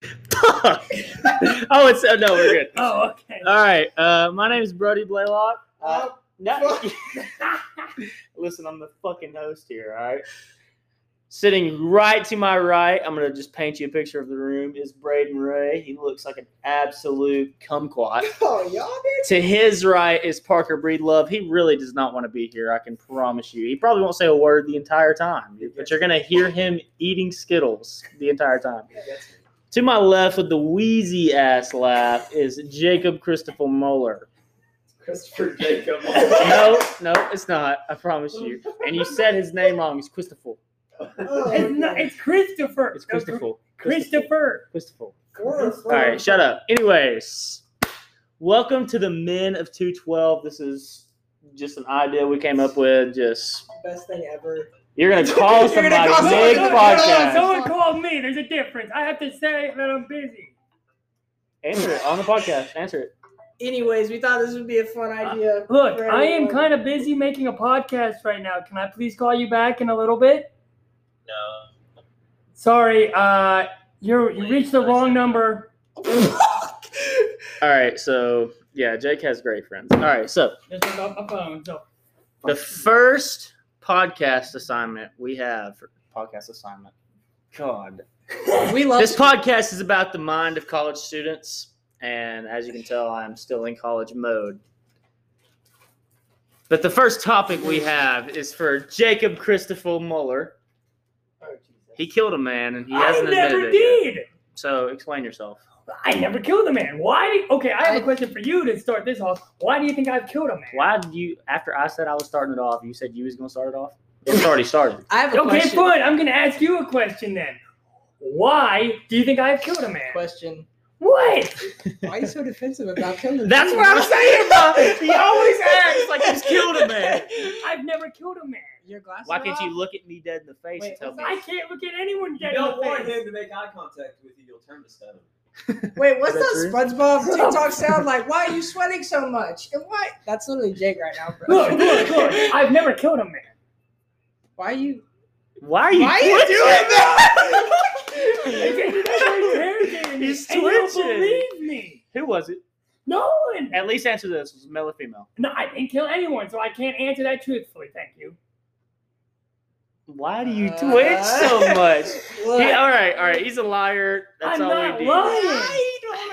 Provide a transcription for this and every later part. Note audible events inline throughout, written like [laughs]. [laughs] Fuck. oh, it's oh, no, we're good. Oh, okay. All right. Uh, my name is Brody Blaylock. Uh, no, [laughs] listen, I'm the fucking host here. All right. Sitting right to my right, I'm gonna just paint you a picture of the room. Is Braden Ray? He looks like an absolute kumquat. oh, y'all did. To his right is Parker Breedlove. He really does not want to be here. I can promise you. He probably won't say a word the entire time, but you're gonna hear him eating Skittles the entire time. Yeah, that's it. To my left with the wheezy ass laugh is Jacob Christopher Moeller. [laughs] Christopher Jacob. [laughs] No, no, it's not. I promise you. And you said his name wrong. It's Christopher. Oh, It's not. It's Christopher. It's No, Chris- Christopher. Christopher. Christopher. Gross. All right, shut up. Anyways, welcome to the Men of 212. This is just an idea we came up with. Just Best thing ever. you're gonna call You're gonna somebody call someone. big No, no, podcast. no. Someone called me. There's a difference. I have to say that I'm busy. Answer it on the podcast. Answer it. Anyways, we thought this would be a fun Uh, [laughs] idea. Look, for I am everyone. kind of busy making a podcast right now. Can I please call you back in a little bit? No. Sorry, uh, you're, you reached the wrong number. All right, so yeah, Jake has great friends. All right, so This is off my phone. So The first podcast assignment we have podcast assignment. God. we love This podcast is about the mind of college students. And as you can tell, I'm still in college mode. But the first topic we have is for Jacob Christopher Muller. He killed a man and he I hasn't never admitted it. yet. did. So explain yourself. I never killed a man. Why? Do, okay, I have I- a question for you to start this off. Why do you think I've killed a man? Why did you after I said I was starting it off, you said you was gonna start it off? It's already [laughs] started. I have a Okay, question. fine. I'm gonna ask you a question then. Why do you think I've killed a man? Question. What? Why are you so defensive about killing? That's what I'm people? saying, bro. He always acts like he's killed a man. I've never killed a man. [laughs] Your glasses. Why can't are you look at me dead in the face Wait, and tell me? I can't look at anyone You dead don't in want the face. him to make eye contact with you, you'll turn to stone. off? Wait, what's Is that that true? [laughs] SpongeBob TikTok sound like? Why are you sweating so much? And why? That's literally Jake right now, bro. Look, look, look. I've never killed a man. [laughs] Why are you? Why are you, Why are twitching? you doing You're that? interrogating me, He's and you don't twitching. believe me. Who was it? No one. At least answer this. Was it male or female? No, I didn't kill anyone, so I can't answer that truthfully. Thank you. Why do you Uh, twitch so [laughs] much? Look. He- all right, all right. He's a liar. That's I'm all not we lying. I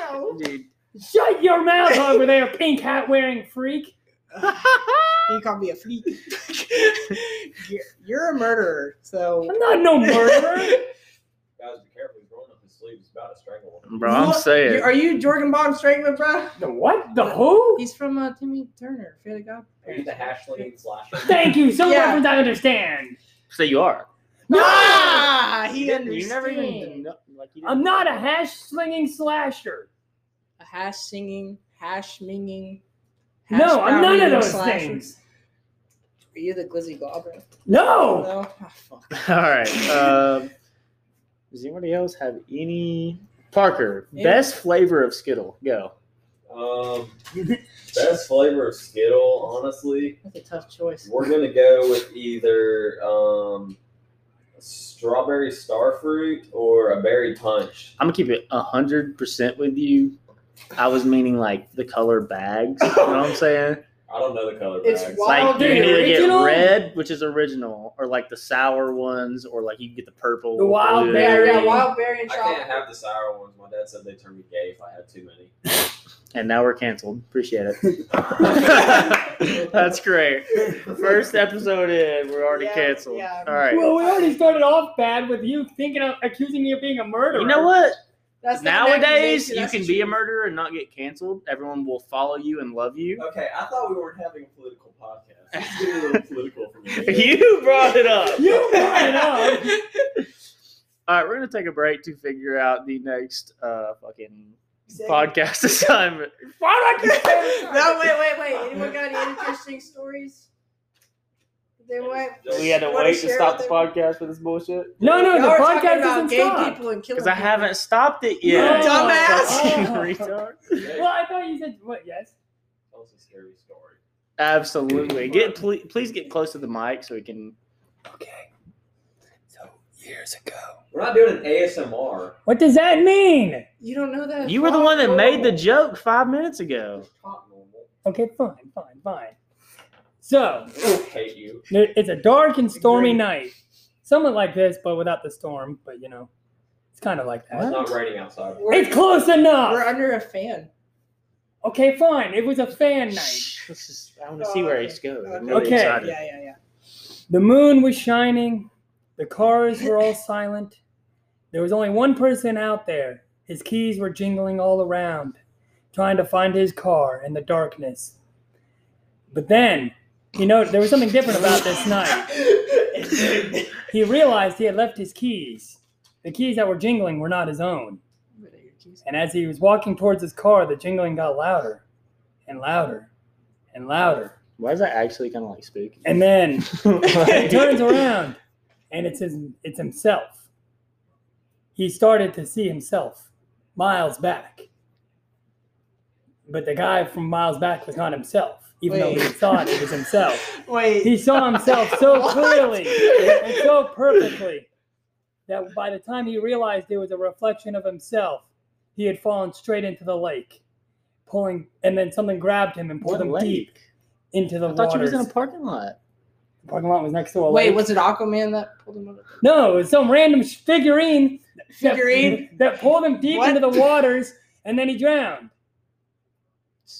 don't know. need. Dude. Shut your mouth over there, pink hat wearing freak. You call me a freak. [laughs] You're- You're a murderer, so I'm not no murderer. Guys, be careful, he's rolling up his sleeves, he's about to strangle him. Bro, I'm What? saying. are you Jorgen Bomb Strangler, bro? the what? The who? He's from uh, Timmy Turner, Fear the God. Are you the hashling [laughs] slasher? Thank you. Some Yeah. reference I understand. so you are. No! Ah, he you, didn't- you never understand. even. No, like you didn't- I'm not a hash slinging slasher. a hash singing, hash minging. no, I'm none of those slashers. things. Are you the glizzy goblin? No. No. Ah, fuck. All right. Um, does anybody else have any? Parker, Yeah. best flavor of Skittle. Go. Um, best flavor of Skittle, honestly. That's a tough choice. We're gonna go with either um, strawberry starfruit or a berry punch. I'm gonna keep it hundred percent with you. I was meaning like the color bags. You know what I'm saying? I don't know the color. It's bags. wild. Like the you either original? get red, which is original, or like the sour ones, or like you get the purple, The wild blue. Yeah, berry. yeah, wild berry and I can't chocolate. have the sour ones. My dad said they turned me gay if I had too many. And now we're canceled. Appreciate it. [laughs] That's great. [laughs] First episode in, we're already Yeah, canceled. yeah. All right. Well, we already started off bad with you thinking of accusing me of being a murderer. you know what? That's not an Nowadays, accusation, you that's can be a truth. murderer and not get canceled. Everyone will follow you and love [laughs] you. Okay, I thought we weren't having a political podcast. Let's get [laughs] a little political for me. You brought it up. You brought it up. All right, we're gonna take a break to figure out the next uh, fucking Say- podcast [laughs] assignment. Why do I keep saying that? No, wait, wait, wait. Anyone got any interesting stories? They went. We had to Wanna wait to share stop what the they- podcast for this bullshit. No, no, Y'all the were talking podcast about doesn't gay stop. people and killing Because I people. haven't stopped it yet. No. Fucking [laughs] Dumbass. retard. Hey, Well, I thought you said what? Yes. Tell us a scary story. Absolutely. Get please, please get close to the mic so we can. Okay. So years ago, We're not doing an ASMR. What does that mean? You don't know that. You were the one that made the joke five minutes ago. Talk normal. Okay, fine, fine, fine. So, hate you. There- It's a dark and stormy Agreed. night. Somewhat like this, but without the storm. But you know, it's kind of like that. It's not raining outside. [laughs] We're, It's close enough. we're under a fan. Okay, fine. It was a fan night. Shh, This is, I want to see where he's going. I'm really Okay. Yeah, excited. yeah, yeah. The moon was shining. The cars were all silent. There was only one person out there. His keys were jingling all around, trying to find his car in the darkness. But then, you know, there was something different about this night. He realized he had left his keys. The keys that were jingling were not his own. And as he was walking towards his car, the jingling got louder and louder and louder. Why is that actually kind of like spooky? And then he [laughs] Like- turns around and it's his it's himself. He started to see himself miles back. But the guy from miles back was not himself, even though he Wait. thought it was himself. [laughs] Wait. He saw himself so [laughs] What? clearly and so perfectly that by the time he realized it was a reflection of himself, he had fallen straight into the lake, pulling, and then something grabbed him and pulled [laughs] What him lake? deep into the I thought you was waters. in a parking lot. The parking lot was next to a Wait, lake. was it Aquaman that pulled him out of the no, it was some random sh- figurine that- Figurine? that, pulled him deep What? into the waters, and then he drowned,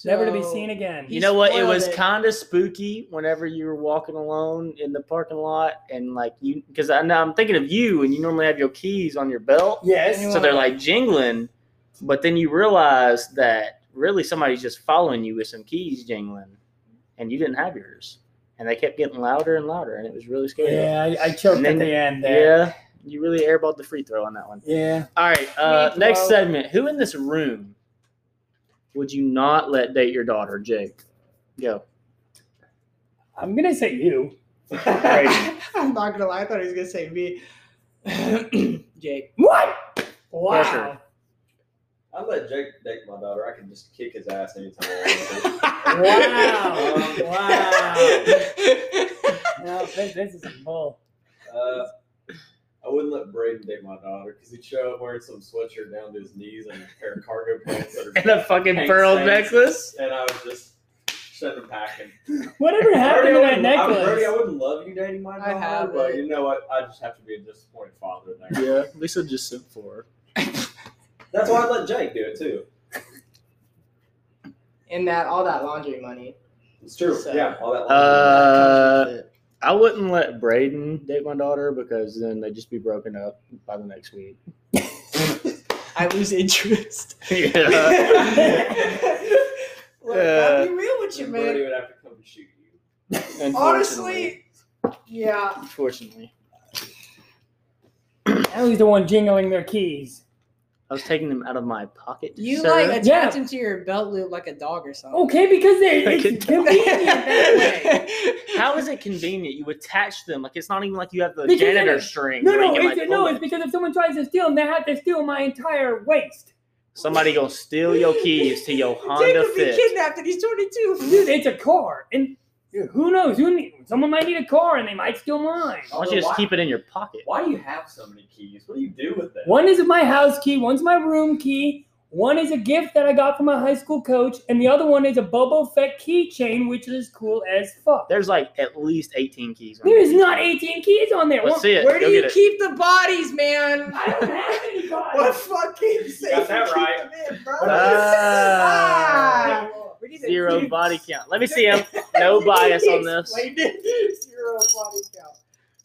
never to be So- seen again. He you know what? It spoiled was it. kind of spooky whenever you were walking alone in the parking lot, and like you, because I know I'm thinking of you, and you normally have your keys on your belt, Yes. so they're like jingling, but then you realize that really somebody's just following you with some keys jingling, and you didn't have yours, and they kept getting louder and louder, and it was really scary. Yeah, I, I choked And then- at the end there. Yeah, you really airballed the free throw on that one. Yeah. All right, uh, Free next throw. segment. Who in this room would you not let date your daughter, Jake? Go. I'm going to say you. [laughs] I'm not gonna lie, I thought he was gonna say me. [clears throat] Jake. What? Wow. [laughs] Pressure. I let Jake date my daughter. I can just kick his ass anytime I want Wow. wow. No, [laughs] this, this is some bull. to. Uh, I wouldn't let Braden date my daughter because he'd show up wearing some sweatshirt down to his knees and a pair of cargo pants that are [laughs] And a fucking Hank pearl Sainz. necklace. and I would just send him packing. Whatever happened to Brody, I that wouldn't- I- Brody, I necklace? wouldn't love you dating my I daughter, have but it. you know what? I just have to be a disappointed father there. Yeah, Lisa just sent four. That's why I let Jake do it too. And that all that laundry money. It's true. So- yeah, all that. Uh, I wouldn't let Braden date my daughter because then they'd just be broken up by the next week. I lose interest. [laughs] [laughs] yeah. Look, I'll be real with you, Brody man. would have to come and shoot you. Honestly, yeah. Unfortunately. I was the one jingling their keys. I was taking them out of my pocket. You sir. like attach Yeah. him to your belt loop like a dog or something. [laughs] Okay, because they, it's Okay. convenient [laughs] that way. How is it convenient? You attach them like it's not even like you have the Because then janitor it- string. No, where you no, can, it's, like, no, pull it's it. because if someone tries to steal them, they have to steal my entire waist. somebody gonna steal your keys to [laughs] [laughs] your Jake Honda would be Fit. kidnapped and he's 22. Dude, it's a car, and who knows? Who need, someone might need a car, and they might steal mine. Why don't you just keep it in your pocket? Why do you have so many keys? What do you do with them? One is my house key, one's my room key, one is a gift that I got from my high school coach, and the other one is a Boba Fett keychain, which is cool as fuck. There's like at least 18 keys. on There is there. not 18 keys on there. Let's Well, see it. Where Go do you get it. keep the bodies, man? I don't have any guys. What fucking safe? got that to [laughs] keep right. them in, bro? Uh, [laughs] Ah. Ah. We need to- Zero body count. Let me see him. [laughs] No bias on this. Explained it. Zero body count.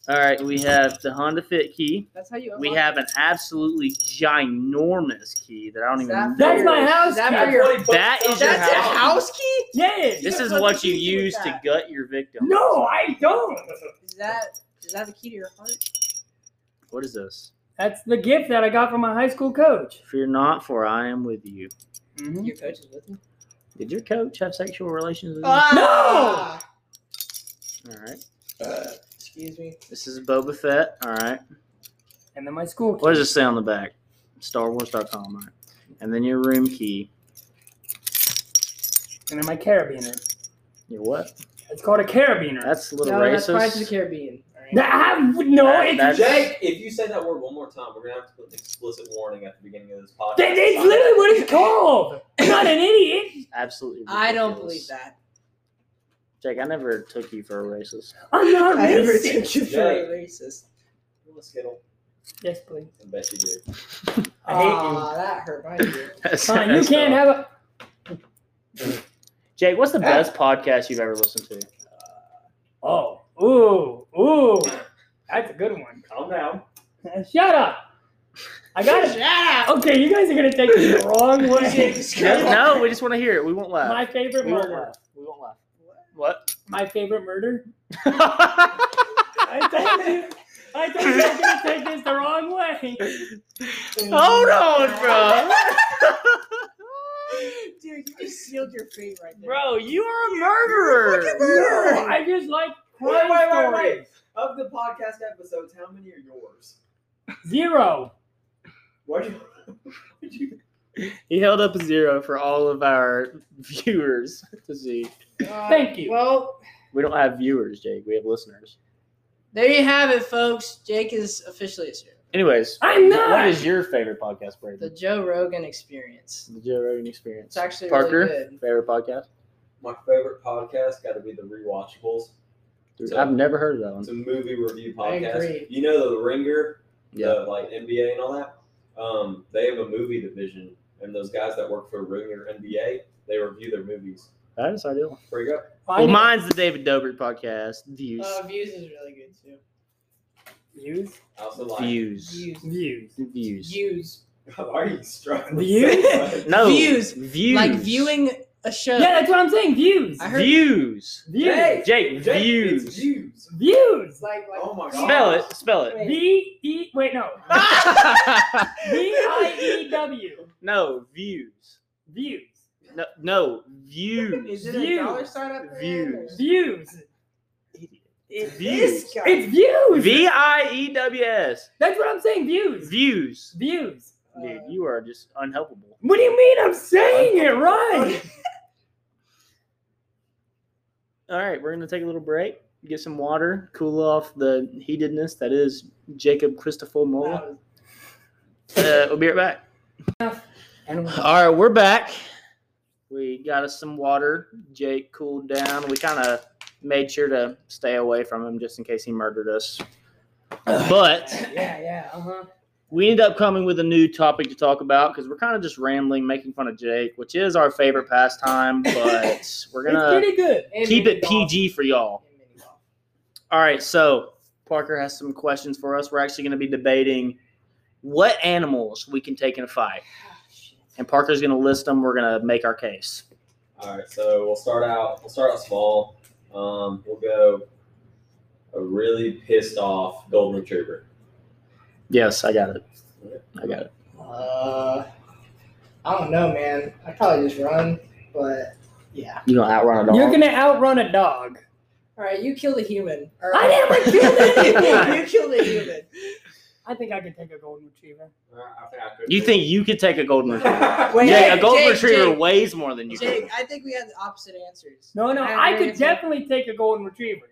All right, we have the Honda Fit key. That's how you. We unlock have an absolutely ginormous key that I don't Is even. that- That's my know. house That key. for your- That it. is your That's house. a house key. Yes. This You is have what nothing you to do with use to that. gut your victim. No, I don't. Is that is that the key to your heart? What is this? That's the gift that I got from my high school coach. Fear not, for I am with you. Mhm. Your coach is with me. Did your coach have sexual relations Mm. with you? Ah! All right. Excuse me. This is Boba Fett. All right. And then my school key. What does it say on the back? StarWars.com. All right. And then your room key. And then my carabiner. Your what? It's called a carabiner. That's a little no, that's racist. Pirates of the Caribbean. All right? Nah, I- no, That- it's, that's- Jake, if you say that word one more time, we're gonna have to put an explicit warning at the beginning of this podcast. that- it's literally what it's called. I'm not an idiot. Absolutely. I don't believe ridiculous. that. Jake, I never took you for a racist. I'm not I never racist. took you for a racist. You want a Skittle? Yes, please. I bet you do. I hate Ah, that hurt my ear. That's- Fine, you that's can't not- have a. Jake, what's the best podcast you've ever listened to? Oh, ooh, ooh. That's a good one. Calm down. Shut up. I got it. [laughs] Shut up. Okay, you guys are gonna take this the wrong way. No, no, we just want to hear it. We won't laugh. My favorite we won't murder. laugh. We won't laugh. What? My favorite murder. I I told you. I told you I'm gonna take this the wrong way. [laughs] Hold on, bro. Dude, you just sealed your fate right there. Bro, you are a murderer. No, I just like crime Wait, wait, wait, wait. stories. Of the podcast episodes, how many are yours? Zero. Why do you, [laughs] you He held up a zero for all of our viewers to see. Uh, Thank you. Well, We don't have viewers, Jake. We have listeners. there you have it, folks. Jake is officially a zero. Anyways, I'm not. what is your favorite podcast, The Brandon? Joe Rogan Experience. The Joe Rogan Experience. It's actually Parker, really good. favorite podcast? My favorite podcast got to be the Rewatchables. Dude, So- I've never heard of that It's one. a movie review I podcast. agree. You know the Ringer, Yeah. the like NBA and all that. Um, they have a movie division, and those guys that work for Ringer NBA, they review their movies. That is ideal. Pretty good. Well, mine's the David Dobrik podcast. Views. Uh, views is really good too. views. I also like. views. Views. Views. Views. Views. [laughs] Why are you struggling? Views? No. Views. Views. Like viewing a show. Yeah, that's what I'm saying. Views. I heard- Views. Views. [laughs] Hey. Jake, Jake, views. It's views. It's Views. like, like Oh my god. Spell it. Spell [laughs] it. V E. Wait, no. [laughs] V I E W. no, views. Views. No, no views. Is it Views. a dollar sign up? there? Views. Views. It- Views. This guy. It's views. V I E W S. That's what I'm saying. Views. Views. Views. Dude, you are just unhelpable. What do you mean? I'm saying it right. All right, we're gonna take a little break, get some water, cool off the heatedness that is Jacob Christopher Mola. Wow. Uh, we'll be right back. All right, we're back. We got us some water. Jake cooled down. We kind of made sure to stay away from him just in case he murdered us. But Yeah, yeah, uh huh. we ended up coming with a new topic to talk about because we're kind of just rambling, making fun of Jake, which is our favorite pastime. But [laughs] we're It's gonna pretty good. And keep mini it golf. PG for y'all. And mini golf. All right, so Parker has some questions for us. We're actually going to be debating what animals we can take in a fight, Ah, [sighs] shit. and Parker's going to list them. We're going to make our case. All right, so we'll start out. We'll start out small. Um, we'll go a really pissed off golden retriever. Yes, I got it. I got it. Uh, I don't know, man. I probably just run, but yeah. You gonna outrun it all? You're gonna outrun a dog. All right, you killed a human. All I right. never killed [laughs] a human! you killed a human. I think I can take a golden retriever. All right, I think I could You do think you could take a [laughs] [laughs] golden retriever? Um, Wait, Jake, Jake, a golden Jake, retriever Jake. weighs more than [laughs] you. Jake, do. I think we had the opposite answers. No, no, I I, agree could with you. definitely take a golden retriever.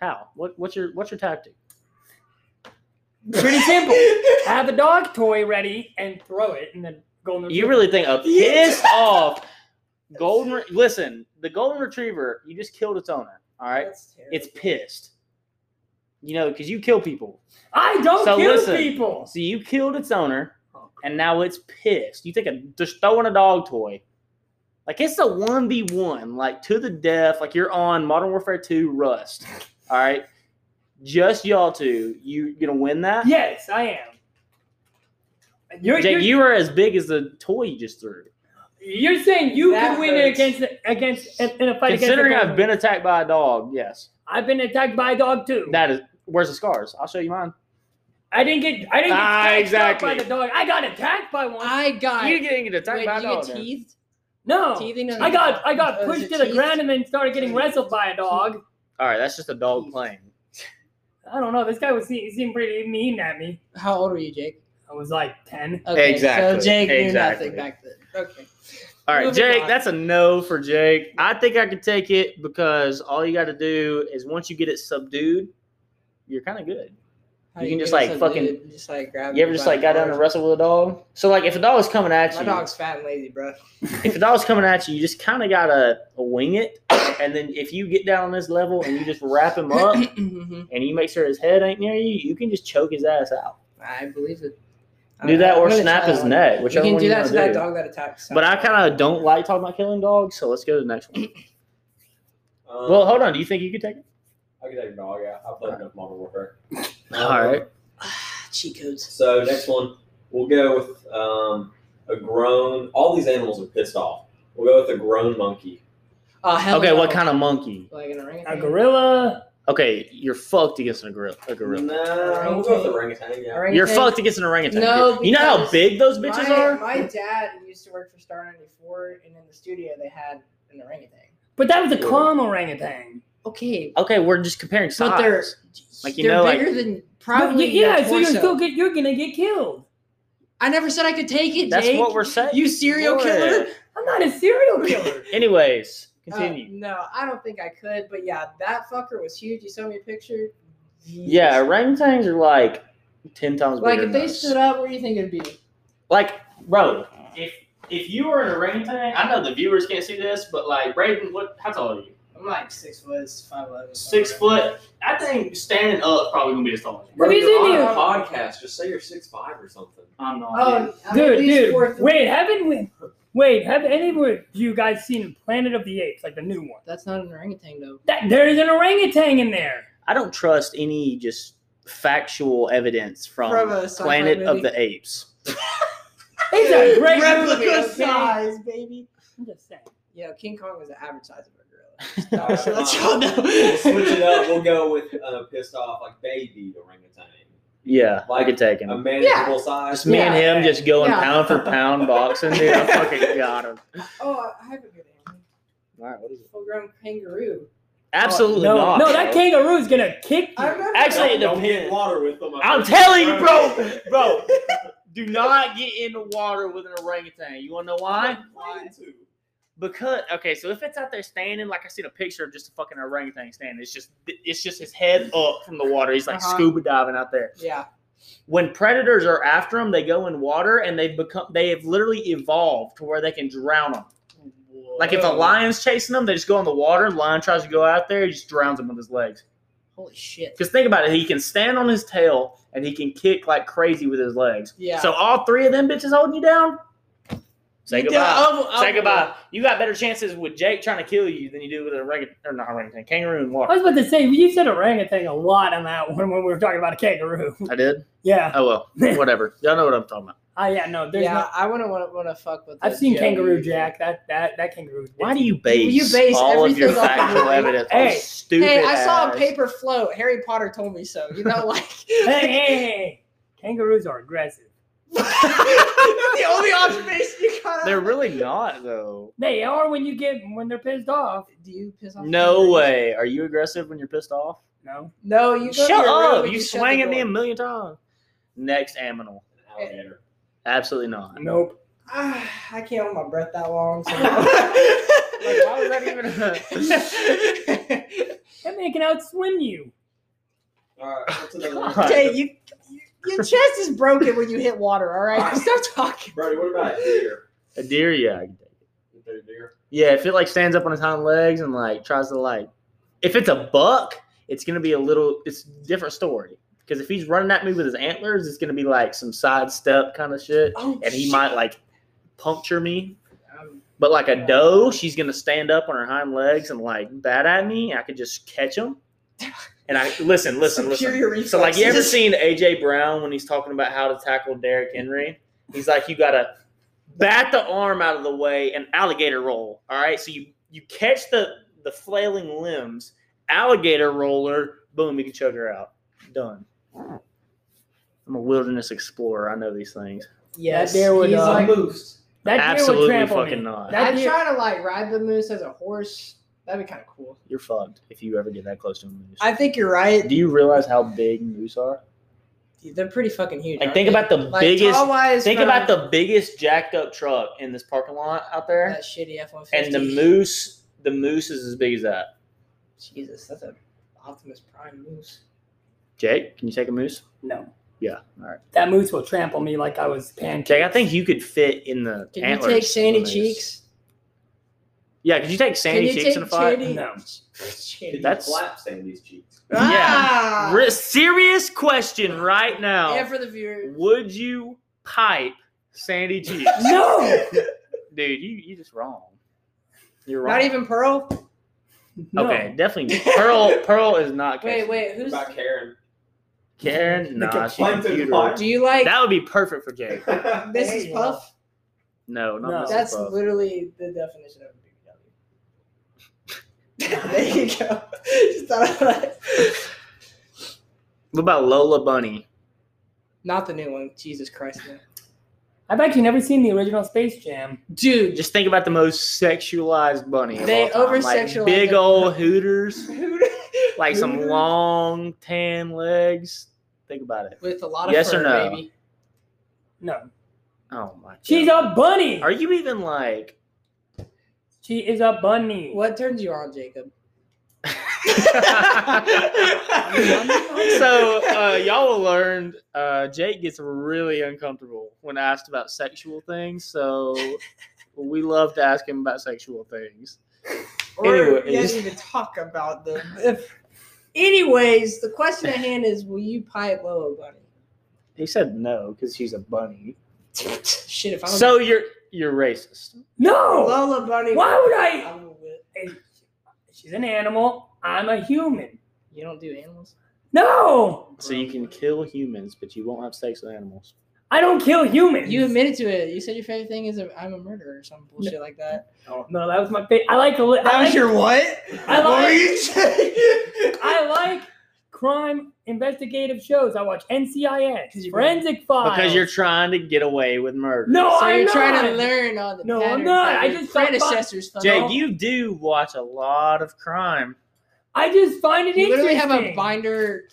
How? What, what's your What's your tactic? Pretty [laughs] simple. Have a dog toy ready and throw it, and then golden. You Retriever. really think a Yeah. pissed [laughs] off golden? Re- Listen, the golden retriever, you just killed its owner. All right, That's terrible. it's pissed. You know, because you kill people. I don't So kill listen. people. So you killed its owner, and now it's pissed. You take a just throwing a dog toy, like it's a one v one, like to the death. Like you're on Modern Warfare Two [laughs] Rust. All right, just y'all two. You gonna win that? Yes, I am. You're, Jake, you're, you are as big as the toy you just threw. you're saying you That could win hurts. against against in in a fight. against a Considering golden I've been attacked by a dog, yes, I've been attacked by a dog too. that is. Where's the scars? I'll show you mine. I didn't get I didn't get Ah, scratched exactly. out by the dog. I got attacked by one. I got. You didn't get attacked wait, by a did you dog. get then. teethed? no. Teething? Oh. I got I got Oh, is pushed it to the teeth? ground and then started getting wrestled by a dog. All right, that's just a dog playing. I don't know. This guy was se- seemed pretty mean at me. How old were you, Jake? I was like ten. Okay, Exactly, So Jake knew exactly. nothing back then. Okay. All right, Moving Jake, on. that's a no for Jake. I think I could take it because all you got to do is once you get it subdued, you're kind of good. How You can just, get like, us a fucking- dude, just like grab. You ever just like got down and wrestle with a dog? So like if a dog was coming at My you, dog's fat and lazy, [laughs] bro. if a dog's coming at you, you just kind of gotta wing it. And then if you get down on this level and you just wrap him [laughs] up Mhm. and you make sure his head ain't near you, you can just choke his ass out. I believe it. Do that Uh, I'm or gonna snap try his that. neck, You whichever can one do you that want to that to dog that attacks. do. But I kind of don't like talking about killing dogs, so let's go to the next one. Um, Well, hold on. Do you think you could take it? I can take a dog out. I played enough Modern Warfare. All right. Ah, cheat codes. So next one, we'll go with um, a grown. All these animals are pissed off. We'll go with a grown monkey. Oh, hell Okay, no. what kind of monkey? Like an orangutan? A gorilla. Okay, you're fucked against a gorilla. A gorilla. No, we'll go with orangutan. Yeah. Orangutan? You're fucked against an orangutan. No, dude. you know how because big those bitches my, are. My dad used to work for Star 94, and in the studio they had an orangutan. But that was a Yeah. calm orangutan. Okay, Okay, we're just comparing size. but they're Like, you they're know, like- bigger than But probably. y- yeah, your so you're torso. still get, you're gonna get killed. I never said I could take it, That's Jake. what we're saying. You serial killer. I'm not a [laughs] serial killer. Anyways, Uh, continue. no, I don't think I could. But yeah, that fucker was huge. You saw me a picture. yeah, orangutans are like ten times Like bigger. if than they us. stood up, where do you think it'd be? like, bro, if if you were an orangutan, I know the viewers can't see this, but like, Braden, what? How tall are you? I'm like six foot, five eleven. Six foot. I think standing up probably gonna be as tall as you. Bro, What is you're in on here? a podcast. Just say you're six five [laughs] or something. I'm not. Oh, I'm at dude, least dude. four- Wait, haven't we? Wait, have any of you guys seen Planet of the Apes, like the new one? That's not an orangutan though. That there is an orangutan in there. I don't trust any just factual evidence from, From a sci-fi Planet of movie. the Apes. It's a great replica movie, okay? size, baby. I'm just saying. You know, King Kong was the average size of a gorilla. Alright, So fine. that's y'all We'll switch it know. up. We'll go with uh, pissed off, like baby orangutan. Yeah, I could take A him. manageable size. Just me and Yeah. him just going Yeah. pound for pound boxing, dude. I [laughs] fucking got him. Oh, I- I have a good animal. All right, what is it? Full grown kangaroo. Absolutely Oh, no, not. No, that kangaroo's gonna kick you. I remember Actually, it Don't get depends. water with them. I'm telling you, bro, bro. Do not get in the water with an orangutan. You want to know [laughs] why? [laughs] Why? to. Because okay, so if it's out there standing, like I seen a picture of just a fucking orangutan standing, it's just it's just his head up from the water. He's like Uh-huh. scuba diving out there. Yeah. When predators are after them, they go in water and they've become they have literally evolved to where they can drown them. Like if a Whoa. lion's chasing them, they just go in the water. Lion tries to go out there, he just drowns him with his legs. Holy shit. Because think about it, he can stand on his tail and he can kick like crazy with his legs. Yeah. So all three of them bitches holding you down. Say You goodbye. don't- I'm- Say I'm- goodbye. You got better chances with Jake trying to kill you than you do with an orangutan or not orangutan, kangaroo and I water. was about to say you said orangutan a lot on that one when we were talking about a kangaroo. [laughs] I did. Yeah. Oh well, [laughs] whatever. Y'all know what I'm talking about. Ah, yeah. No, there's yeah, not. I wouldn't want to, want to fuck with. I've the seen Joey. Kangaroo Jack. That that that kangaroo. Why do you base, You base all of your everything off of factual movie. evidence on Hey, stupid? Hey, I saw a ass- [laughs] paper float. Harry Potter told me so. You know, [laughs] like Hey, hey, hey. Kangaroos are aggressive. the [laughs] only observation you got. They're really not though. They are when you get when they're pissed off. Do you piss off? No kangaroos? way. Are you aggressive when you're pissed off? No. No, you go to Shut your room up! and You shut swang the at me a door. million times. Next aminal. [laughs] An alligator. Absolutely [laughs] not. Nope. Ah, [sighs] I can't hold my breath that long. [laughs] So Like, why was that even [laughs] a- That man can outswim you. All right, what's another one? God. Jay, you, you, your chest is broken when you hit water. All right, [laughs] Alright. stop talking. Brody, what about a deer? A deer, yeah. I can take it. You take a deer? Yeah, if it like stands up on its hind legs and like tries to like, if it's a buck, it's gonna be a little. It's a different story because if he's running at me with his antlers, it's gonna be like some sidestep kind of shit, Oh, and he shit. might like puncture me. Um, But like a doe, she's gonna stand up on her hind legs and like bat at me. I could just catch him. And I [laughs] listen, listen, listen. superior So like you ever reflexes. seen AJ Brown when he's talking about how to tackle Derrick Henry? He's like, you gotta bat the arm out of the way and alligator roll. All right, so you you catch the the flailing limbs, alligator roller, boom, you can choke her out. Done. I'm a wilderness explorer. I know these things. Yes, That deer would, he's uh, like- moose. That Absolutely deer would trample fucking me. not. That I'm deer, trying to like ride the moose as a horse. That'd be kind of cool. You're fucked if you ever get that close to a moose. I think you're right. Do you realize how big moose are? They're pretty fucking huge. Like aren't think they? about the Like, biggest. tall-wise Think from about the biggest jacked up truck in this parking lot out there, that shitty F one fifty. and the moose. The moose is as big as that. Jesus, that's a Optimus Prime moose. Jake, can you take a moose? No. Yeah. All right. That moose will trample me like I was pancake. Jake, I think you could fit in the. Can antlers you take Sandy of a moose. Cheeks? Yeah, could you take Sandy you Cheeks in a take fight? Sandy- No. [laughs] Did you That's- slap Sandy's cheeks. Ah! Re- serious question right now. And for the viewers. Would you pipe Sandy [laughs] Cheeks? [laughs] No. Dude, you you just wrong. You're wrong. Not even Pearl? No. Okay, definitely. [laughs] Pearl Pearl is not. Wait, catching. wait, What who's [laughs] about Karen? [laughs] Karen, Like a nah, she's plankton computer. fly. do you like That would be perfect for Jake. There Mrs. you Puff? No, not No. Mrs. That's Puff. literally the definition of a BBW. [laughs] there you go. Just thought of that. What about Lola Bunny? Not the new one. Jesus Christ. no. I've actually never seen the original Space Jam. Dude, Just think about the most sexualized bunny. of They all time. over-sexualized Like big it. old hooters, just like some Hooters. long tan legs. Think about it. with a lot of Yes fur, or no? baby. No. Oh my. She's God. a bunny. Are you even [laughs] like? [laughs] She is a bunny. What turns you on, Jacob? so uh, y'all will learn. Uh, Jake gets really uncomfortable when asked about sexual things. So we love to ask him about sexual things. Or we Anyways. didn't even talk about them. If- anyways, the question at hand is will you pipe Lolo Bunny? [laughs] He said no because she's a bunny. Shit, if I was So you're you're racist. No. Lola Bunny. Why would I? I'm with- She's an animal. I'm a human. You don't do animals? No. So you can kill humans, but you won't have sex with animals. I don't kill humans. You admitted to it. You said your favorite thing is i I'm a murderer or some bullshit like that. Oh, no, that was my favorite. I like. That what? I like- What were you [laughs] saying? I like crime investigative shows. I watch NCIS, 'Cause you're- Forensic Files. Because you're trying to get away with murder. [laughs] No, so I'm you're not. trying to learn on the Oh, No, I'm patterns not. that I your just thought- predecessors thought. Jake, you do watch a lot of crime. I just find it You literally interesting. have a binder.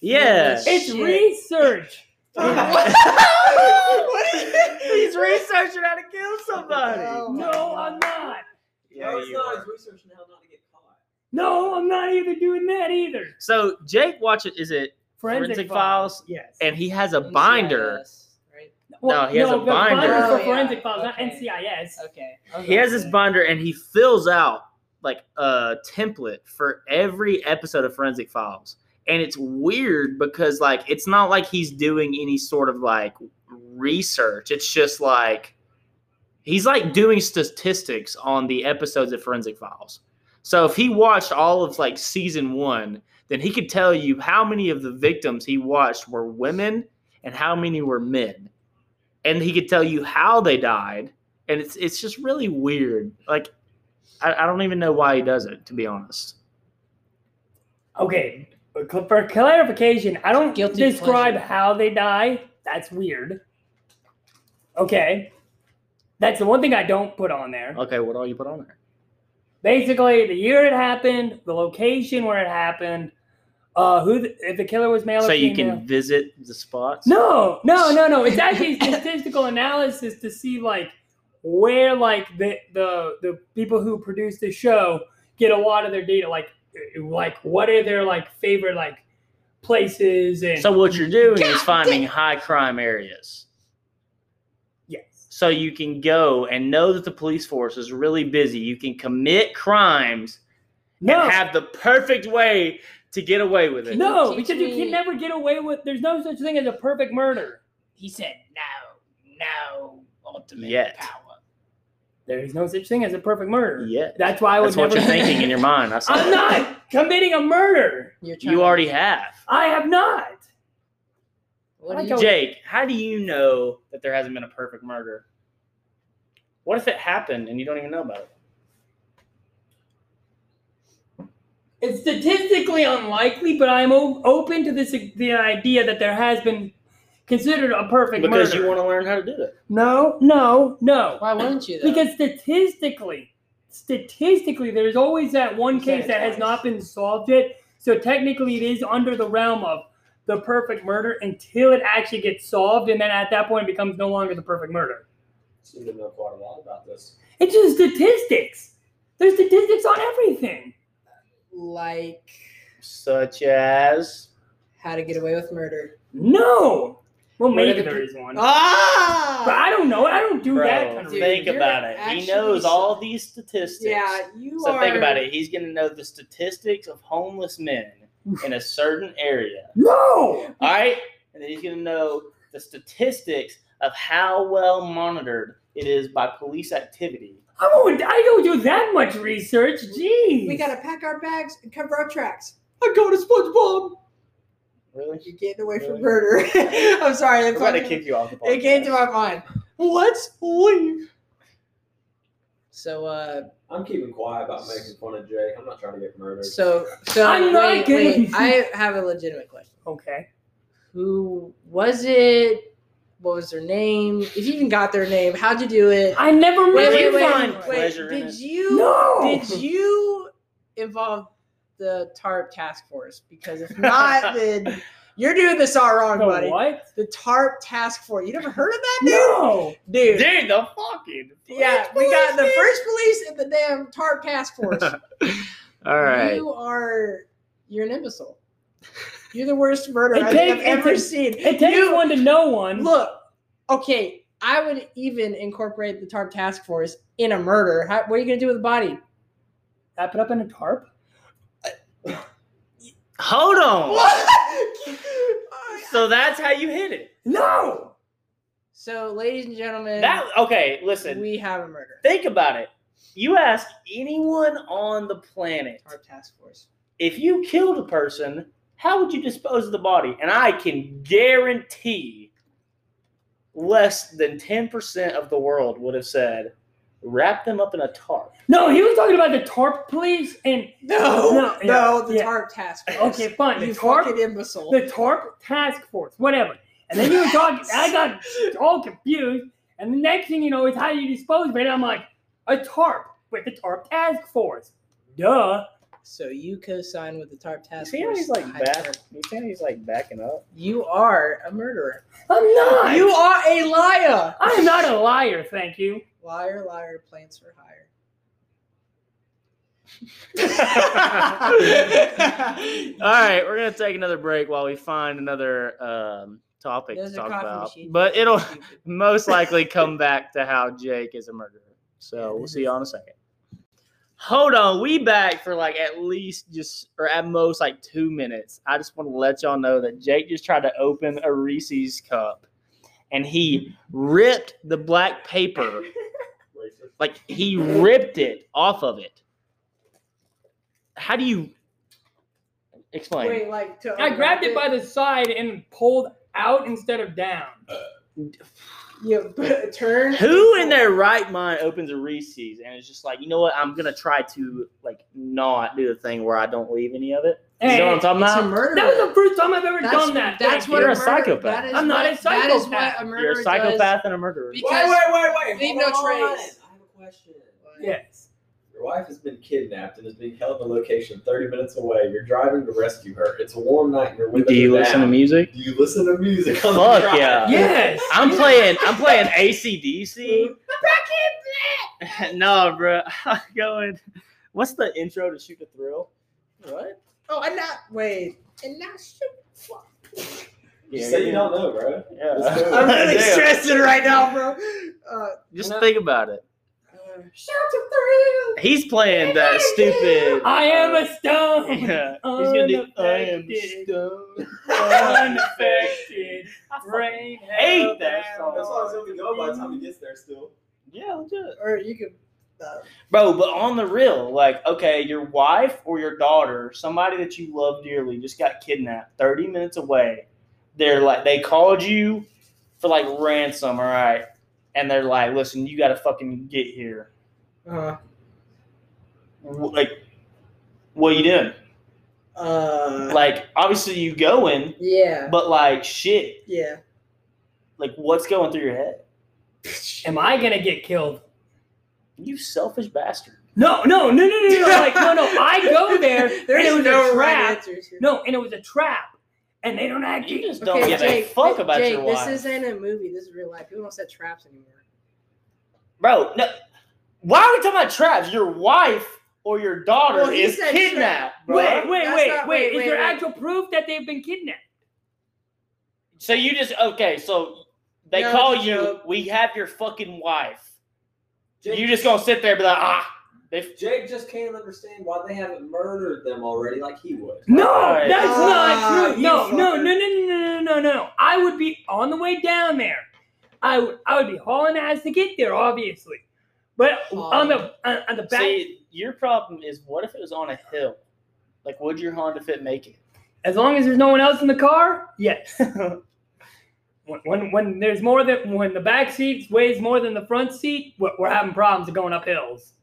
Yeah. [laughs] Yes. It's [laughs] Shit. research. What is He's researching how to kill somebody. [laughs] Oh my No, God. I'm not. Yeah, you are. research now not to get caught. No, I'm not even doing that either. So Jake watches is it Forensic, Forensic Files. Yes. and he has a NCIS, binder. right? no, he has a the binder. binder's Oh, for yeah. Forensic Files, Okay. not NCIS. Okay. I was He about has to this say. binder and he fills out like a template for every episode of Forensic Files. And it's weird because like it's not like he's doing any sort of like research. It's just like he's like doing statistics on the episodes of Forensic Files. So if he watched all of like season 1, then he could tell you how many of the victims he watched were women and how many were men. And he could tell you how they died and it's it's just really weird. Like, I, I don't even know why he does it, to be honest. Okay, but cl- for clarification, I don't Guilty describe pleasure. how they die. That's weird. Okay, that's the one thing I don't put on there. Okay, what all you put on there? Basically, the year it happened, the location where it happened, uh, who the, if the killer was male so or you female. can visit the spots. No, no, no, no. It's [laughs] actually statistical analysis to see like where like the the the people who produce the show get a lot of their data. Like like what are their like favorite like places and So what you're doing God is finding high crime areas, yes. so you can go and know that the police force is really busy. You can commit crimes No, and have the perfect way to get away with it. no, Teach because you me- can never get away with. There's no such thing as a perfect murder. He said no, no ultimate Yet. power. There is no such thing as a perfect murder. Yeah, That's why I would that's what never. you're [laughs] thinking in your mind. I saw I'm it. not committing a murder. You're trying You to- already have. I have not. What did I you- Jake, how do you know that there hasn't been a perfect murder? What if it happened and you don't even know about it? It's statistically unlikely, but I'm o- open to this the idea that there has been considered a perfect Because murder. you want to learn how to do it. no, no, no. Why wouldn't you? Though? Because statistically, statistically, there's always that one You said case it that has twice. not been solved yet. So technically, it is under the realm of the perfect murder until it actually gets solved, and then at that point, it becomes no longer the perfect murder. Seem to know quite a lot about this. It's just statistics. There's statistics on everything. like Such as How to Get Away with [laughs] Murder. No. Well, What are maybe the- there is one. but Ah! I don't know. I don't do Bro, that kind of dude, think you're about it. He actually knows so- all these statistics. Yeah, you so are. think about it. He's going to know the statistics of homeless men in a certain area. No. All right? And then he's going to know the statistics of how well monitored it is by police activity. I don't, I don't do that much research. Jeez. We gotta pack our bags and cover our tracks. I go to SpongeBob. Really? You're getting away Really? from murder. [laughs] I'm sorry. I'm That's about to all- kick you off the podcast. It came to my mind. Let's leave. So, uh, I'm keeping quiet about making fun of Jake. I'm not trying to get murdered. so, so. I'm not wait, getting- wait, I have a legitimate question. Okay. Who was it? What was their name? If you even got their name, how'd you do it? I never Wait, met wait, wait, anyone. find wait. pleasure in Did it? you? No. Did you involve the TARP task force? Because if [laughs] not, then you're doing this all wrong, The buddy. what? The TARP task force. You never heard of that, dude? No. Dude. Dude, the fucking. yeah, we got the first police and the damn TARP task [laughs] force. All right. You are you're an imbecile. You're the worst murderer It I think I've takes- it ever takes- seen. It takes You- one to know one. Look, okay, I would even incorporate the TARP task force in a murder. How, what are you gonna do with the body? Wrap it up in a tarp. Hold on. What? So that's how you hit it. [laughs] No. so, ladies and gentlemen, That okay, listen. we have a murder. Think about it. You ask anyone on the planet TARP task force. if you killed a person, how would you dispose of the body? And I can guarantee less than 10% of the world would have said, wrap them up in a tarp. No, he was talking about the tarp police and No, No, no, yeah, the yeah. TARP task force. okay, fine. you The tarp, fucking imbecile. the tarp task force, whatever. And then you were talking. I got all confused. And the next thing you know is how you dispose of it. I'm like, a tarp with the tarp task force. Duh. so you co-sign with the TARP You task see how force. he's like I back? heard. You see how he's like backing up? You are a murderer. I'm not. You are a liar. I'm not a liar, thank you. Liar, liar, plants for hire. All right, we're gonna take another break while we find another um, topic There's to a talk coffee about. machine. But it'll Stupid. most likely come back to how Jake is a murderer. Yeah, So we'll this see y'all in a second. Hold on, we back for like at least just or at most like two minutes. I just want to let y'all know that Jake just tried to open a Reese's cup and he ripped the black paper. Racist. Like he ripped it off of it. How do you explain? Wait, like to I grabbed it by the side and pulled out instead of down. you [laughs] b- turn. Who in their right mind opens a Reese's and is just like, you know what? I'm gonna try to like not do the thing where I don't leave any of it. You Hey, know what I'm talking It's a about? murder. that was the first time I've ever that's, done that. That's Thank what You're you. a, a murder, psychopath. That is I'm not what, a That is what psychopath. a murderer You're a does. psychopath and a murderer. Be- Wait, Because- wait, wait, wait. Leave hold no on. trace. I have a question. Yes. Your wife has been kidnapped and is being held in a location 30 minutes away. You're driving to rescue her. It's a warm night and your windows Do you are listen to down. music? Do you listen to music? On Fuck the drive? yeah. Yes. I'm playing. I'm playing ACDC. [laughs] no, bro. I'm going. What's the intro to Shoot the Thrill? What? Oh, and not wait, and not shoot. fuck. Just say you don't know, bro. Let's Yeah. do it. I'm really Oh, Damn. stressing right now, bro. Uh, Just You know- think about it. [laughs] shout to thrill. He's playing that stupid. I am a stone. Yeah. [laughs] He's gonna do. Unaffected. I am stoned. [laughs] Unaffected. Rain. hate that hell, barrel. song. That's all it's gonna be going by the time he gets there. Still, Yeah, let's do it. Or you could. Uh, Bro, but on the real, like, okay, your wife or your daughter, somebody that you love dearly, just got kidnapped 30 minutes away. They're like, they called you for like ransom, all right? And they're like, listen, you got to fucking get here. uh, W- Like, what you doing? uh, Like, obviously you going, yeah, but like, shit, [laughs] yeah. like, what's going through your head? Am I gonna get killed? You selfish bastard. No, no, no, no, no, no. Like, no, no. I [laughs] go there. There and is it was no a right trap. answers here. No, and it was a trap. And they don't act. e You just don't Okay, give Jake, a fuck th- about Jake, your this wife. isn't a movie. This is real life. People don't set traps anymore. Bro, no. Why are we talking about traps? Your wife or your daughter Well, he is said kidnapped, bro. Wait, wait, That's wait, wait. not- wait, Is wait, there wait. actual proof that they've been kidnapped? So you just okay? So they No, call it's a you. joke. We have your fucking wife. You just gonna sit there and be like, ah, they Jake just can't understand why they haven't murdered them already like he would. No, Alright. that's Ah, not true. you No, no, no, fucker. no, no, no, no, no, no. I would be on the way down there. I would, I would be hauling ass to get there, obviously. But on the on, on the back, See, your problem is what if it was on a hill? Like, would your Honda Fit make it? as long as there's no one else in the car, yes. when, when when there's more than when the back seat weighs more than the front seat, we're, we're having problems going up hills. [laughs]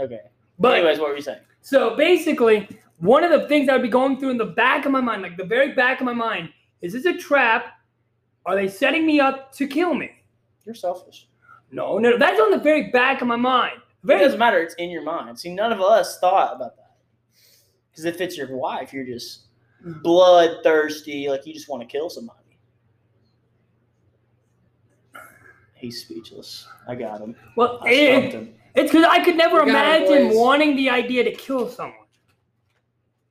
Okay. But But anyways, what were you saying? So basically, one of the things I would be going through in the back of my mind, like the very back of my mind, is this a trap? Are they setting me up to kill me? You're selfish. No, no, that's on the very back of my mind. It Very, doesn't matter. It's in your mind. See, none of us thought about that. Because if it's your wife, you're just bloodthirsty. Like you just want to kill somebody. He's speechless. I got him. well, I stumped it, him. it's because I could never You got it, imagine boys. wanting the idea to kill someone.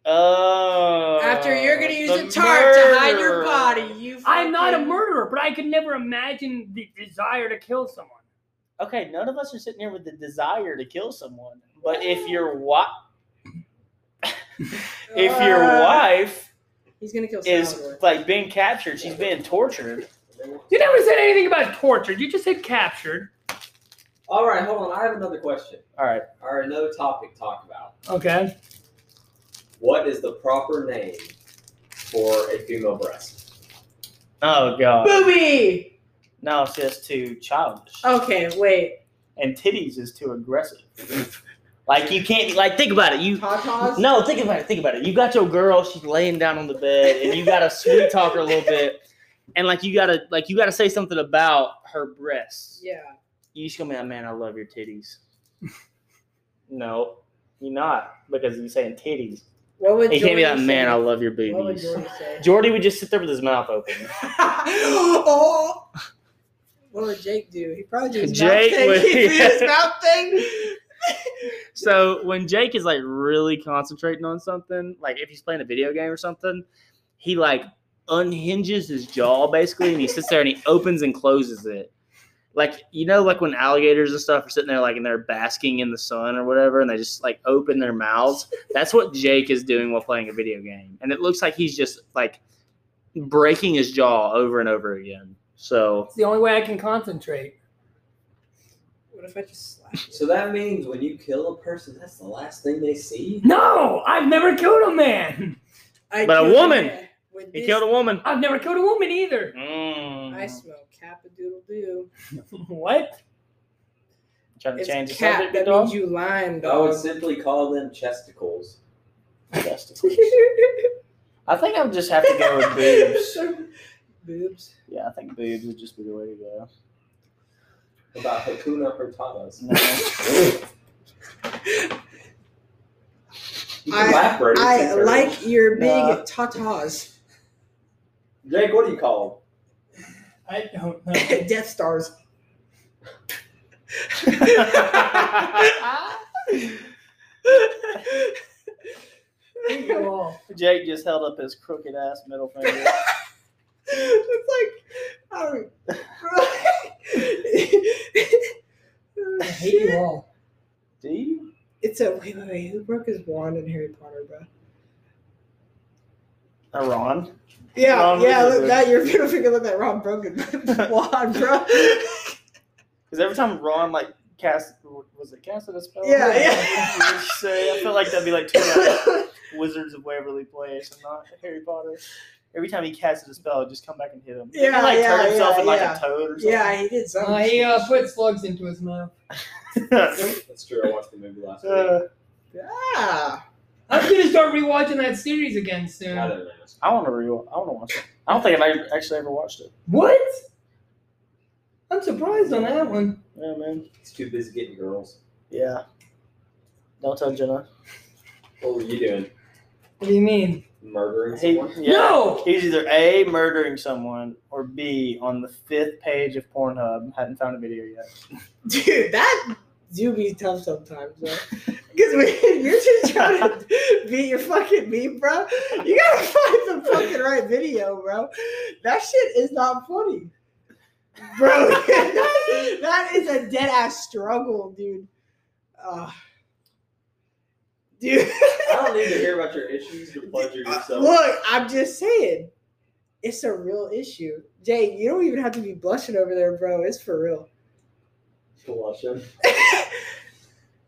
Oh. After you're gonna use the a tarp to hide murderer. your body, you. I'm not a fucking- murderer, but I could never imagine the desire to kill someone. Okay, none of us are sitting here with the desire to kill someone. But if your wife, Uh, if your Ah. wife He's gonna kill is Salvador. like being captured, she's being tortured. You never said anything about tortured. You just said captured. All right, hold on. I have another question. All right, All right, another topic to talk about. Okay. What is the proper name for a female breast? Oh god. Booby. No, it's just too childish. Okay, wait. And titties is too aggressive. like you can't like think about it. You Tatas. no, think about it. Think about it. You got your girl. She's laying down on the bed, and you gotta sweet talk her a little bit, and like you gotta like you gotta say something about her breasts. Yeah. You just gonna be like, man, I love your titties. [laughs] no, you're not because you're saying titties. What would You can't be Jordan like, man, say? I love your What would boobies. Jordan [laughs] say? [laughs] Jordy would just sit there with his mouth open. oh. What would Jake do? He probably do his Jake mouth thing. would- [laughs] He'd [laughs] do his mouth thing. So when Jake is like really concentrating on something, like if he's playing a video game or something, he like unhinges his jaw basically and he sits there and he opens and closes it. Like you know, like when alligators and stuff are sitting there like and they're basking in the sun or whatever and they just like open their mouths. That's what Jake is doing while playing a video game. And it looks like he's just like breaking his jaw over and over again. So It's the only way I can concentrate. What if I just slap you? So that means when you kill a person, that's the last thing they see? No, I've never killed a man. [laughs] But a killed woman. man with he this- killed a woman. Mm. I've never killed a woman either. [laughs] I smell capadoodle doo. What? Trying to change the It's cap. subject, That dog? means you lying, I would dog. simply call them chesticles. Testicles. [laughs] I think I would just have to go with boobs. [laughs] Boobs. Yeah, I think boobs would just be the way to go. About Hakuna [laughs] Hurtadas. No. You I- can laugh right I like your big Nah. tatas. [laughs] Jake, what do you call I don't [laughs] know. Death stars. [laughs] [laughs] Jake just held up his crooked ass middle finger. it's like, I [laughs] don't- Oh, I hate you shit. all. Do you? It's a wait, wait, wait. Who broke his wand in Harry Potter, bro? Iran. Yeah, Ron yeah. Weasley. Look, that your middle finger looked like Ron broken [laughs] wand, bro. Because every time Ron like cast was it casted a spell? Yeah, yeah. You'd say, I feel like that'd be like two hours. Wizards of Waverly Place and not Harry Potter. Every time he casted a spell, it'd just come back and hit him. Yeah, he like yeah, turn himself yeah, in like yeah. a toad or something. Oh, yeah, he did something. he uh, put slugs into his mouth. them? That's true. I watched the movie last week. Uh, ah, I'm gonna start rewatching that series again soon. I don't know. [laughs] I want to re. I want to watch it. I don't think I've ever- actually ever watched it. What? I'm surprised on that one. Yeah, man. He's too busy getting girls. Yeah. Don't tell Jenna. What were you doing? What do you mean? Murdering He, someone? yeah. No. He's either A, murdering someone, or B, on the fifth page of Pornhub, hadn't found a video yet. dude, that do be tough sometimes. Bro. Because when [laughs] you're just trying to beat your fucking meat, bro, you gotta find the fucking right video, bro. That shit is not funny. Bro, [laughs] that is a dead ass struggle, dude. Uh, dude. [laughs] I don't need to hear about your issues. You're pleasure yourself. Look, I'm just saying, it's a real issue. Jay, you don't even have to be blushing over there, bro. It's for real. Colossian.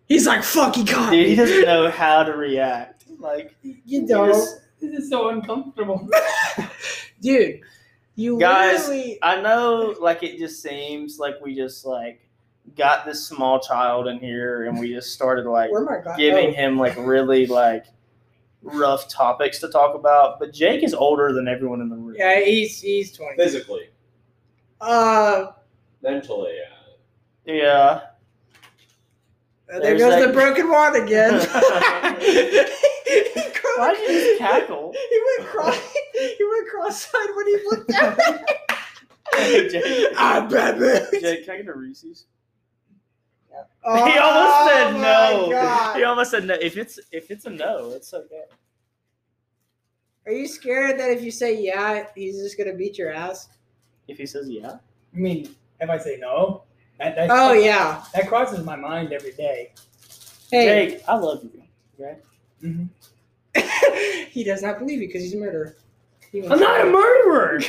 He's like, fuck, he caught Dude, he me." doesn't know how to react. Like, You don't. just- This is so uncomfortable. dude, you Guys, literally. I know, like, it just seems like we just, like, got this small child in here and we just started, like, Where my oh. God? giving him, like, really, like, rough topics to talk about. But Jake is older than everyone in the room. Yeah, he's he's twenty. Physically, Uh, mentally, yeah. Yeah. there There's goes that- the broken one [laughs] again. [laughs] he cried. Why did you cackle? He went cross. He went cross-eyed when he looked [laughs] at [laughs] me. Jake, I bet me. Jake, can I get a Reese's? Oh, [laughs] he almost said my no. God. He almost said no. If it's if it's a no, it's okay. Are you scared that if you say yeah, he's just gonna beat your ass? If he says yeah, I mean, if I say no, that, that, Oh yeah. that crosses my mind every day. Hey, Jake, I love you. Okay. [laughs] he does not believe you because he's a murderer. He wants I'm not a to- murderer.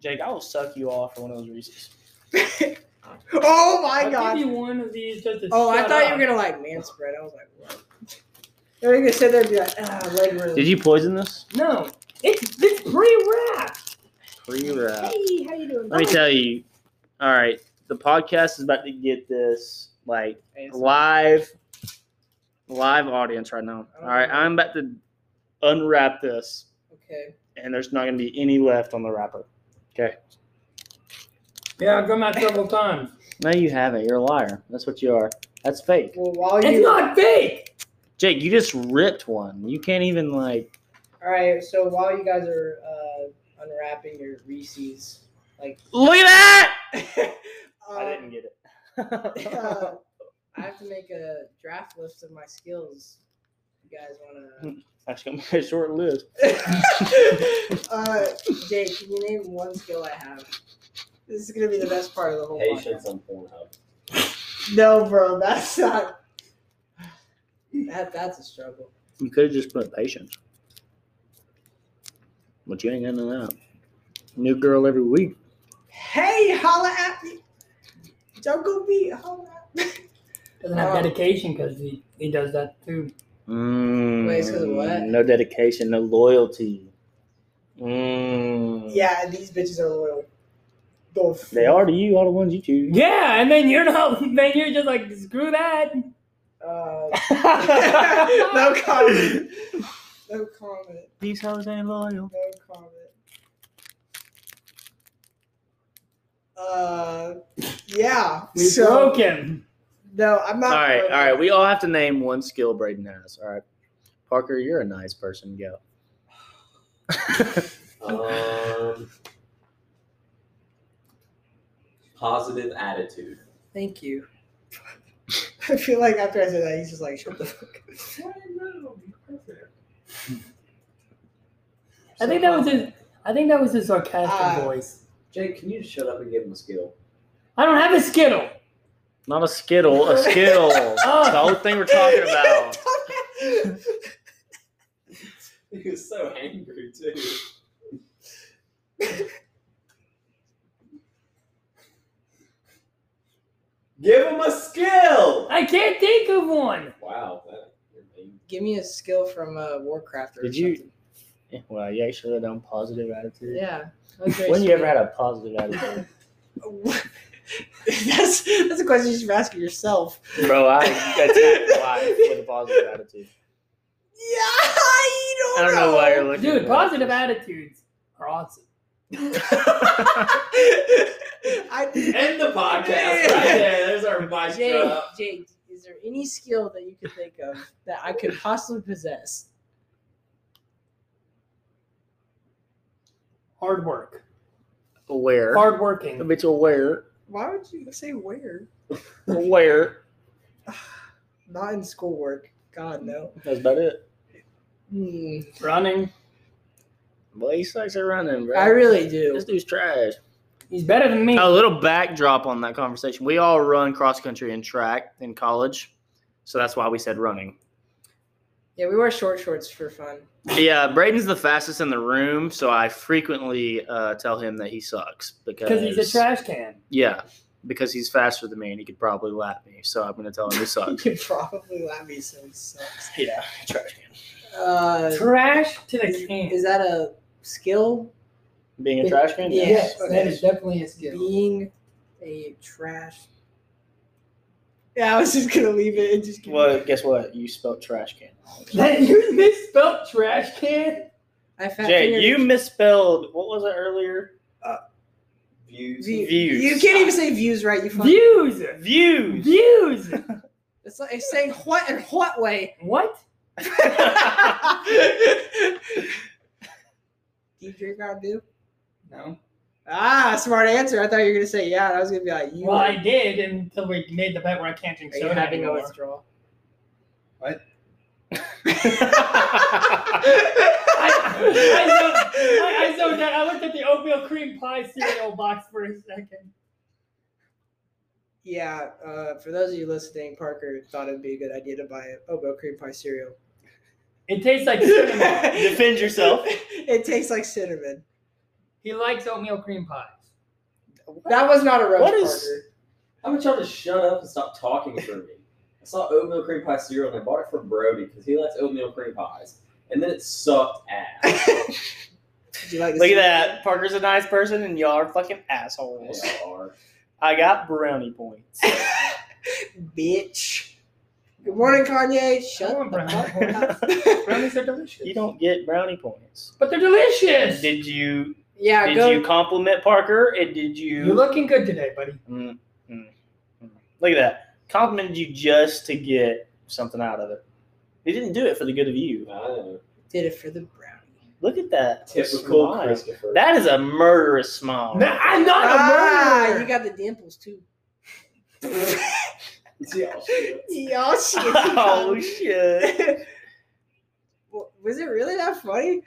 Jake, I will suck you off for one of those Reese's. [laughs] oh my I'll god. give you one of these just to Oh, I shut thought up. you were gonna like man spread. I was like, what? They were gonna sit there and be like, ah, leg room. you poison this? No, it's it's pre-wrapped. Pre-wrap. Hey, how you doing? Let me tell you. All right, the podcast is about to get this like live, live audience right now. All right, I'm about to unwrap this, Okay. and there's not going to be any left on the wrapper. Yeah, I've come out several times. No, you haven't. You're a liar. That's what you are. That's fake. Well, while It's you. not fake. Jake, you just ripped one. You can't even like. All right. So while you guys are uh, unwrapping your Reese's, [laughs] like, Look at that! I didn't um, get [laughs] uh, [laughs] it. I have to make a draft list of my skills. You guys [laughs] wanna? That's gonna be a short [laughs] list. uh, Jake, can you name one skill I have? This is gonna be the best part of the whole. Patience podcast. on Pornhub. No, bro, that's not. That that's a struggle. You could have just put patience. But you ain't into that. New girl every week. Hey, holla at me. Jungle Beat, holla at me. Doesn't have Oh. dedication because he, he does that too. Mm, Wait, so what? No dedication, no loyalty. Mm. Yeah, and these bitches are loyal. Go f- They are to you, all the ones you choose. Yeah, and then you're not. [laughs] Then you're just like screw that. Uh, [laughs] no comment. No comment. [laughs] These hoes ain't loyal. No comment. Uh, yeah. We So broke him. no, I'm All not. right, all broken. right. We all have to name one skill Braden has. All right. Parker, you're a nice person. Go. [laughs] [laughs] Um, positive attitude. Thank you. [laughs] I feel like after I said that, he's just like, shut the fuck. up. I think that was his. I think that was his sarcastic Ah. voice. Jake, can you just shut up and give him a skill? I don't have a skittle. Not a skittle, a skill. [laughs] It's the whole thing we're [laughs] talking about. He was so angry too. Give him a skill. I can't think of one. Wow, that you're mean. Give me a skill from uh, Warcraft or Did you- something. Yeah, Well, you actually had on positive attitude. Yeah. that was very When you sweet. ever had a positive [laughs] attitude? [laughs] that's that's a question you should ask yourself. Bro, I attacked life with a positive attitude. Yeah, I I don't know why you're looking Dude, at positive this. attitudes are awesome. I, [laughs] End the podcast right there. There's our Jake, maestro. Jake, is there any skill that you could think of that I could possibly possess? Hard work. [laughs] Aware. Hard working. Habitual aware. Why would you say where? Aware. Not in schoolwork. God no. That's about it. Hmm. Running. Well, he sucks at running, bro. I really do. This dude's trash. He's better than me. A little backdrop on that conversation. We all run cross country and track in college, so that's why we said running. Yeah, we wear short shorts for fun. Yeah, Braden's the fastest in the room, so I frequently uh, tell him that he sucks because Because he's a trash can. Yeah, because he's faster than me and he could probably lap me. So I'm gonna tell him he You sucks. could probably laugh me so it sucks. [laughs] yeah, trash can. Uh, Trash to the can. is that a skill? Being a trash can. Yeah. Yes. Yes, that is definitely a Being a trash. Yeah, I was just gonna leave it and just. Give Well, guess what? You spelled trash can. That [laughs] you misspelled trash can? I fat Jay, fingered- you misspelled. What was it earlier? Views. [laughs] View- views. You can't even say views right. You fucking. Views. [laughs] Views. Views. It's like it's saying what and [laughs] what way. What? Do you drink Mountain Dew? No. Ah, smart answer. I thought you were gonna say yeah, and I was gonna be like, you Well, I are, did until we made the bet where I can't drink are you soda having a anymore. withdrawal? [laughs] I, I, zoned, I, I zoned out. I looked at the oatmeal cream pie cereal box for a second. Yeah, uh, for those of you listening, Parker thought it'd be a good idea to buy an oatmeal cream pie cereal. It tastes like cinnamon. Defend yourself. [laughs] it tastes like cinnamon. He likes oatmeal cream pies. That was not a roast, What is- Parker. How about y'all just shut up and stop talking for me? I saw oatmeal cream pie cereal and I bought it for Brody because he likes oatmeal cream pies. And then it sucked ass. Did you like the Look at cinnamon? that. Parker's a nice person, and y'all are fucking assholes. They are. I got brownie points. bitch. Good morning, Kanye. I Shut want the brownie fuck points. up. [laughs] Brownies are delicious. you don't get brownie points. But they're delicious. Did you? Yeah, Did go. you compliment Parker? And did you? You're looking good today, buddy. Mm, mm, mm. Look at that. Complimented you just to get something out of it. He didn't do it for the good of I you. know. Did it for the brownie. Look at that. Typical smile. Christopher. [laughs] That is a murderous smile. No, I'm not a Ah, murderer. you got the dimples too. Yeah, shit. [laughs] Y'all shit. [laughs] oh shit. Well, was it really that funny?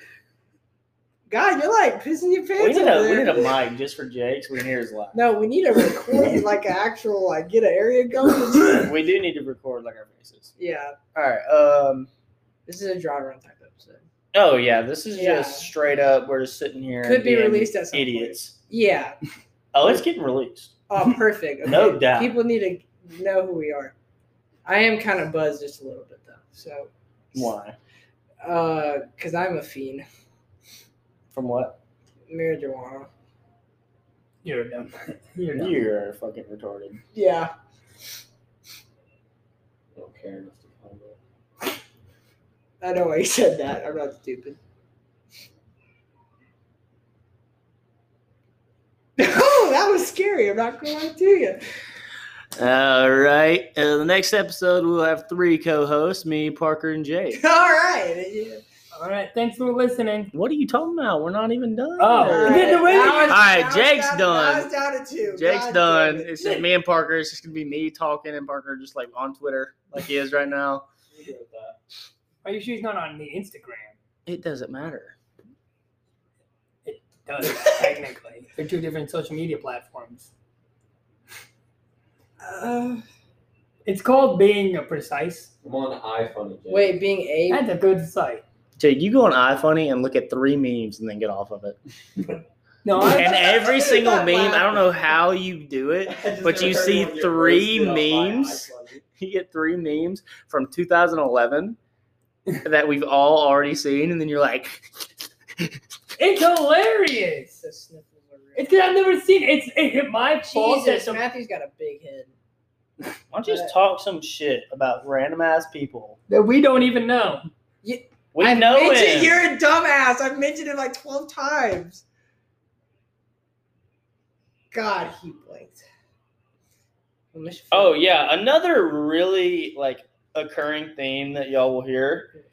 God, you're like pissing your We pants need, over a, we there. need a mic just for Jake so we can hear his laugh. No, we need to record [laughs] like an actual like get an [laughs] area going. We do need to record like our faces. yeah, Alright, um this is a dry run type episode. oh yeah, this is Yeah. just straight up we're just sitting here. Could be being released at some point. idiots. Yeah. Oh, it's getting released. [laughs] Oh, perfect. Okay. No doubt. People need to know who we are. I am kind of buzzed just a little bit though. So, Why? uh, cause I'm a fiend, From what? marijuana. You're dumb. You're [laughs] dumb. You're fucking retarded. Yeah. I don't care enough to find out. I know why you said that. I'm not stupid. [laughs] Oh, that was scary. I'm not going to lie to you. [laughs] All right. Uh, the next episode, we'll have three co hosts me, Parker, and Jay. [laughs] All right. Yeah. All right. Thanks for listening. What are you talking about? We're not even done. Oh. All [laughs] Did the way- now All it's- right, now it's Jake's down- done. now it's down to two. Jake's God done. damn it. It's just me and Parker. It's just going to be me talking and Parker just like on Twitter, like he is right now. I'm good with that. Are you sure he's not on the Instagram? It doesn't matter. [laughs] Does technically. They're two different social media platforms. Uh, It's called being a precise. I'm on iPhone again. wait, being a That's a good site. Jake, you go on iFunny and look at three memes and then get off of it. No, I, And every single meme, I don't know how you do [laughs] [laughs] I it. just But never you heard see one get three roasted on uh, my memes? iPhone. You get three memes from 2011 that we've all already seen, and then you're like, it's hilarious. the sniffles are real. It's because I've never seen it. It's it, my fault that Jesus, some, Matthew's got a big head. [laughs] Why don't you just talk some shit about random ass people? that we don't even know. We I know him. mentioned you're a dumbass. I've mentioned it like 12 times. God, he blinked. I miss- oh yeah, another really like occurring theme that y'all will hear.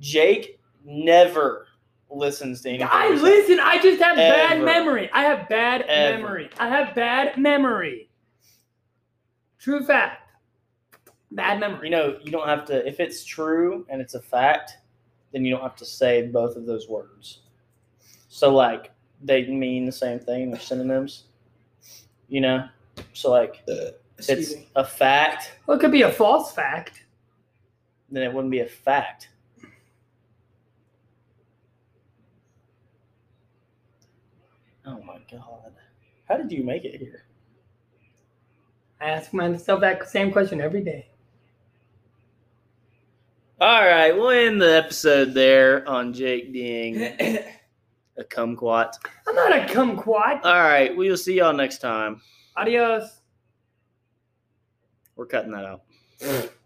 Jake never listens to anything. I we say. listen. I just have bad Ever. memory. I have bad Ever. memory. I have bad memory. True fact. Bad memory. You know, you don't have to. If it's true and it's a fact, then you don't have to say both of those words. So like they mean the same thing. They're synonyms. You know. So like if Excuse it's me. a fact, Well, it could be a false fact. then it wouldn't be a fact. Oh my god! How did you make it here? I ask myself that same question every day. All right, we'll end the episode there on Jake being [laughs] a kumquat. I'm not a kumquat. All right, we will see y'all next time. Adios. We're cutting that out.